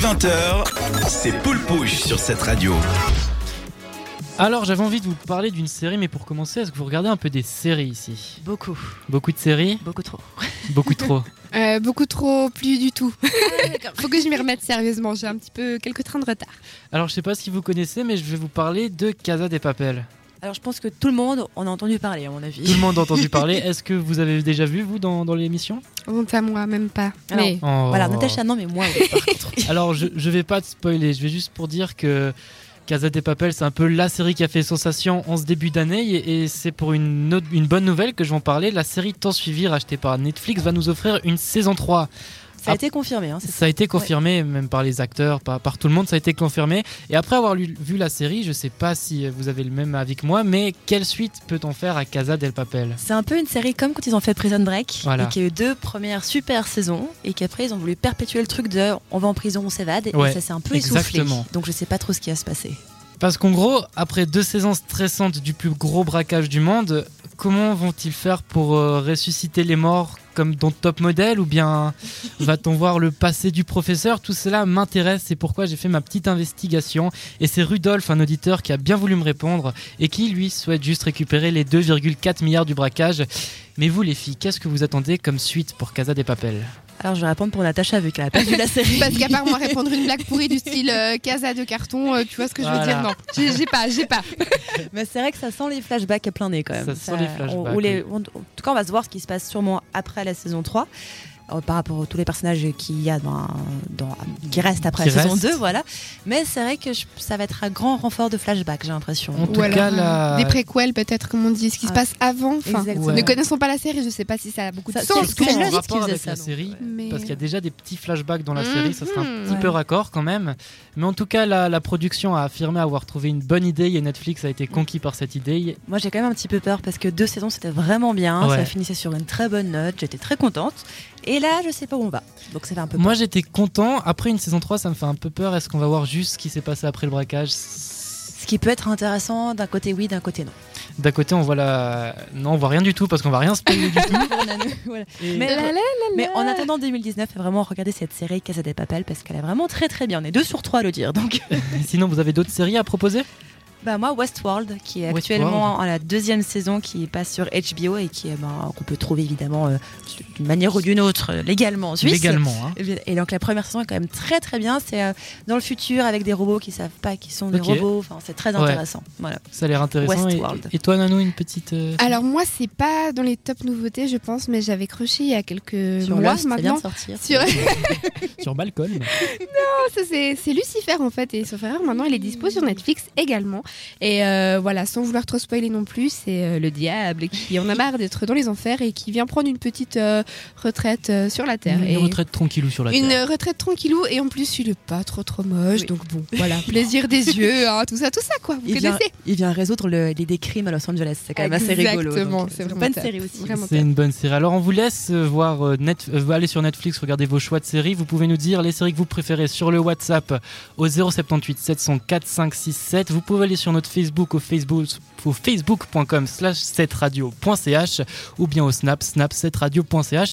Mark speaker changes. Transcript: Speaker 1: 20h, c'est Poule Pouche sur cette radio.
Speaker 2: Alors j'avais envie de vous parler d'une série, mais pour commencer, est-ce que vous regardez un peu des séries ici
Speaker 3: Beaucoup,
Speaker 2: Beaucoup de séries
Speaker 3: beaucoup trop.
Speaker 2: Beaucoup trop.
Speaker 4: Euh, beaucoup trop, plus du tout. Faut que je m'y remette sérieusement. J'ai un petit peu quelques trains de retard.
Speaker 2: Alors je sais pas si vous connaissez, mais je vais vous parler de Casa des Papel.
Speaker 3: Alors je pense que tout le monde en a entendu parler, à mon
Speaker 2: Tout
Speaker 3: avis.
Speaker 2: le monde a entendu parler. Est-ce que vous avez déjà vu, vous, dans, dans l'émission
Speaker 4: Honte à moi, même pas.
Speaker 3: Alors,
Speaker 4: Mais
Speaker 2: Oh.
Speaker 3: Voilà, Natacha, non, mais moi, oui, par contre.
Speaker 2: Alors je, je vais pas te spoiler, je vais juste pour dire que Casa des Papel, c'est un peu la série qui a fait sensation en ce début d'année, et, et c'est pour une, autre- une bonne nouvelle que je vais en parler. La série tant suivie, rachetée par Netflix, va nous offrir une saison 3.
Speaker 3: Ça a été confirmé, hein, c'est
Speaker 2: Ça a été confirmé, même par les acteurs, par, par tout le monde, ça a été confirmé. Et après avoir lu- vu la série, je sais pas si vous avez le même avis que moi, mais quelle suite peut-on faire à Casa del Papel
Speaker 3: C'est un peu une série comme quand ils ont fait Prison Break,
Speaker 2: Voilà.
Speaker 3: et qu'il y a eu deux premières super saisons, et qu'après ils ont voulu perpétuer le truc de on va en prison, on s'évade,
Speaker 2: Ouais,
Speaker 3: et ça s'est un peu essoufflé.
Speaker 2: exactement.
Speaker 3: Donc je sais pas trop ce qui va se passer.
Speaker 2: Parce qu'en gros, après deux saisons stressantes du plus gros braquage du monde, comment vont-ils faire pour euh, ressusciter les morts comme dans Top Model ou bien va-t-on voir le passé du professeur Tout cela m'intéresse, c'est pourquoi j'ai fait ma petite investigation et c'est Rudolf, un auditeur qui a bien voulu me répondre et qui lui souhaite juste récupérer les 2,4 milliards du braquage. Mais vous les filles, qu'est-ce que vous attendez comme suite pour Casa des Papel
Speaker 3: Alors je vais répondre pour Natacha vu qu'elle a pas vu la série.
Speaker 4: parce qu'à part moi répondre une blague pourrie du style euh, casa de carton, euh, tu vois ce que je veux
Speaker 2: Voilà.
Speaker 4: dire Non, j'ai j'ai pas, j'ai pas.
Speaker 3: Mais c'est vrai que ça sent les flashbacks à plein nez quand même.
Speaker 2: Ça sent les flashbacks,
Speaker 3: on- ou les- on- en tout cas, on va se voir ce qui se passe sûrement après la saison 3. euh, par rapport à tous les personnages qu'il y a dans, dans- qui restent après
Speaker 2: Qui
Speaker 3: la saison
Speaker 2: restent.
Speaker 3: 2, voilà. Mais c'est vrai que je- ça va être un grand renfort de flashbacks, j'ai l'impression.
Speaker 2: En tout
Speaker 4: Ou alors,
Speaker 2: cas,
Speaker 4: euh,
Speaker 2: la-
Speaker 4: Des préquels peut-être, comme on dit, ce qui se
Speaker 3: Ah.
Speaker 4: passe avant. Enfin,
Speaker 3: Exactement.
Speaker 2: Ouais.
Speaker 4: ne connaissons pas la série, je sais pas si ça a beaucoup de
Speaker 3: Ça-
Speaker 4: sens.
Speaker 3: c'est- c'est
Speaker 2: en
Speaker 3: logique
Speaker 2: rapport
Speaker 3: qu'ils faisaient
Speaker 2: avec la
Speaker 3: ça, non
Speaker 2: série.
Speaker 4: Mais...
Speaker 2: Parce qu'il y a déjà des petits flashbacks dans la
Speaker 4: Mhm,
Speaker 2: série, ça serait un petit
Speaker 3: ouais.
Speaker 2: peu raccord quand même. Mais en tout cas, la, la production a affirmé avoir trouvé une bonne idée et Netflix a été conquis par cette idée.
Speaker 3: Moi, j'ai quand même un petit peu peur parce que deux saisons, c'était vraiment bien.
Speaker 2: Ouais.
Speaker 3: Ça finissait sur une très bonne note. J'étais très contente. Et là, je sais pas où on va. Donc, ça fait un peu
Speaker 2: Moi j'étais content, après une saison 3 ça me fait un peu peur, est-ce qu'on va voir juste ce qui s'est passé après le braquage
Speaker 3: peur. Ce qui peut être intéressant, d'un côté oui, d'un côté non.
Speaker 2: D'un côté on voit la... Non on voit rien du tout parce qu'on va rien spoiler du tout.
Speaker 3: Voilà.
Speaker 2: Et-
Speaker 3: Mais-
Speaker 4: La, la, la,
Speaker 3: Mais en attendant 2019, vraiment regarder cette série Casa des Papel parce qu'elle est vraiment très très bien. On est deux sur trois à le dire. Donc,
Speaker 2: Sinon vous avez d'autres séries à proposer
Speaker 3: bah moi Westworld qui est
Speaker 2: Westworld.
Speaker 3: actuellement à la deuxième saison qui passe sur HBO et qui est, ben, qu'on peut trouver évidemment euh, d'une manière ou d'une autre euh, légalement en Suisse.
Speaker 2: Légalement. hein.
Speaker 3: Et bien- Et donc la première saison est quand même très très bien. C'est euh, dans le futur avec des robots qui savent pas qui sont des
Speaker 2: Ok.
Speaker 3: robots. Enfin, c'est très
Speaker 2: Ouais.
Speaker 3: intéressant. Voilà.
Speaker 2: Ça a l'air intéressant. Et,
Speaker 3: Westworld.
Speaker 2: et toi Nanou une petite... euh,
Speaker 4: Alors moi, c'est pas dans les top nouveautés, je pense, mais j'avais croché il y a quelques
Speaker 3: Sur
Speaker 4: mois
Speaker 3: Lost, ça vient
Speaker 4: Euh, maintenant.
Speaker 3: de sortir.
Speaker 4: Sur...
Speaker 2: Sur Malcolm.
Speaker 4: Ça, c'est c'est Lucifer en fait et sauf erreur maintenant il est dispo sur Netflix également et euh, voilà sans vouloir trop spoiler non plus c'est euh, le diable qui en a marre d'être dans les enfers et qui vient prendre une petite euh, retraite euh, sur la terre
Speaker 2: Une
Speaker 4: Et
Speaker 2: retraite tranquillou sur la
Speaker 4: une
Speaker 2: Terre.
Speaker 4: euh, retraite tranquillou et en plus il est pas trop trop moche
Speaker 3: Oui.
Speaker 4: donc bon voilà plaisir des yeux hein, tout ça tout ça quoi vous
Speaker 3: Il vient,
Speaker 4: connaissez
Speaker 3: il vient résoudre le- les des crimes à Los Angeles. C'est quand même assez rigolo.
Speaker 4: Exactement,
Speaker 3: donc,
Speaker 4: c'est
Speaker 3: euh,
Speaker 4: vraiment
Speaker 3: bonne
Speaker 4: ça.
Speaker 3: série aussi.
Speaker 4: Vraiment
Speaker 2: C'est une bonne série. Alors on vous laisse euh, voir euh, net, euh, aller sur Netflix, regarder vos choix de séries. Vous pouvez nous dire les séries que vous préférez sur le WhatsApp au 078 704 567. Vous pouvez aller sur notre Facebook au Facebook au facebook.com slash 7radio.ch ou bien au snap snap 7radio.ch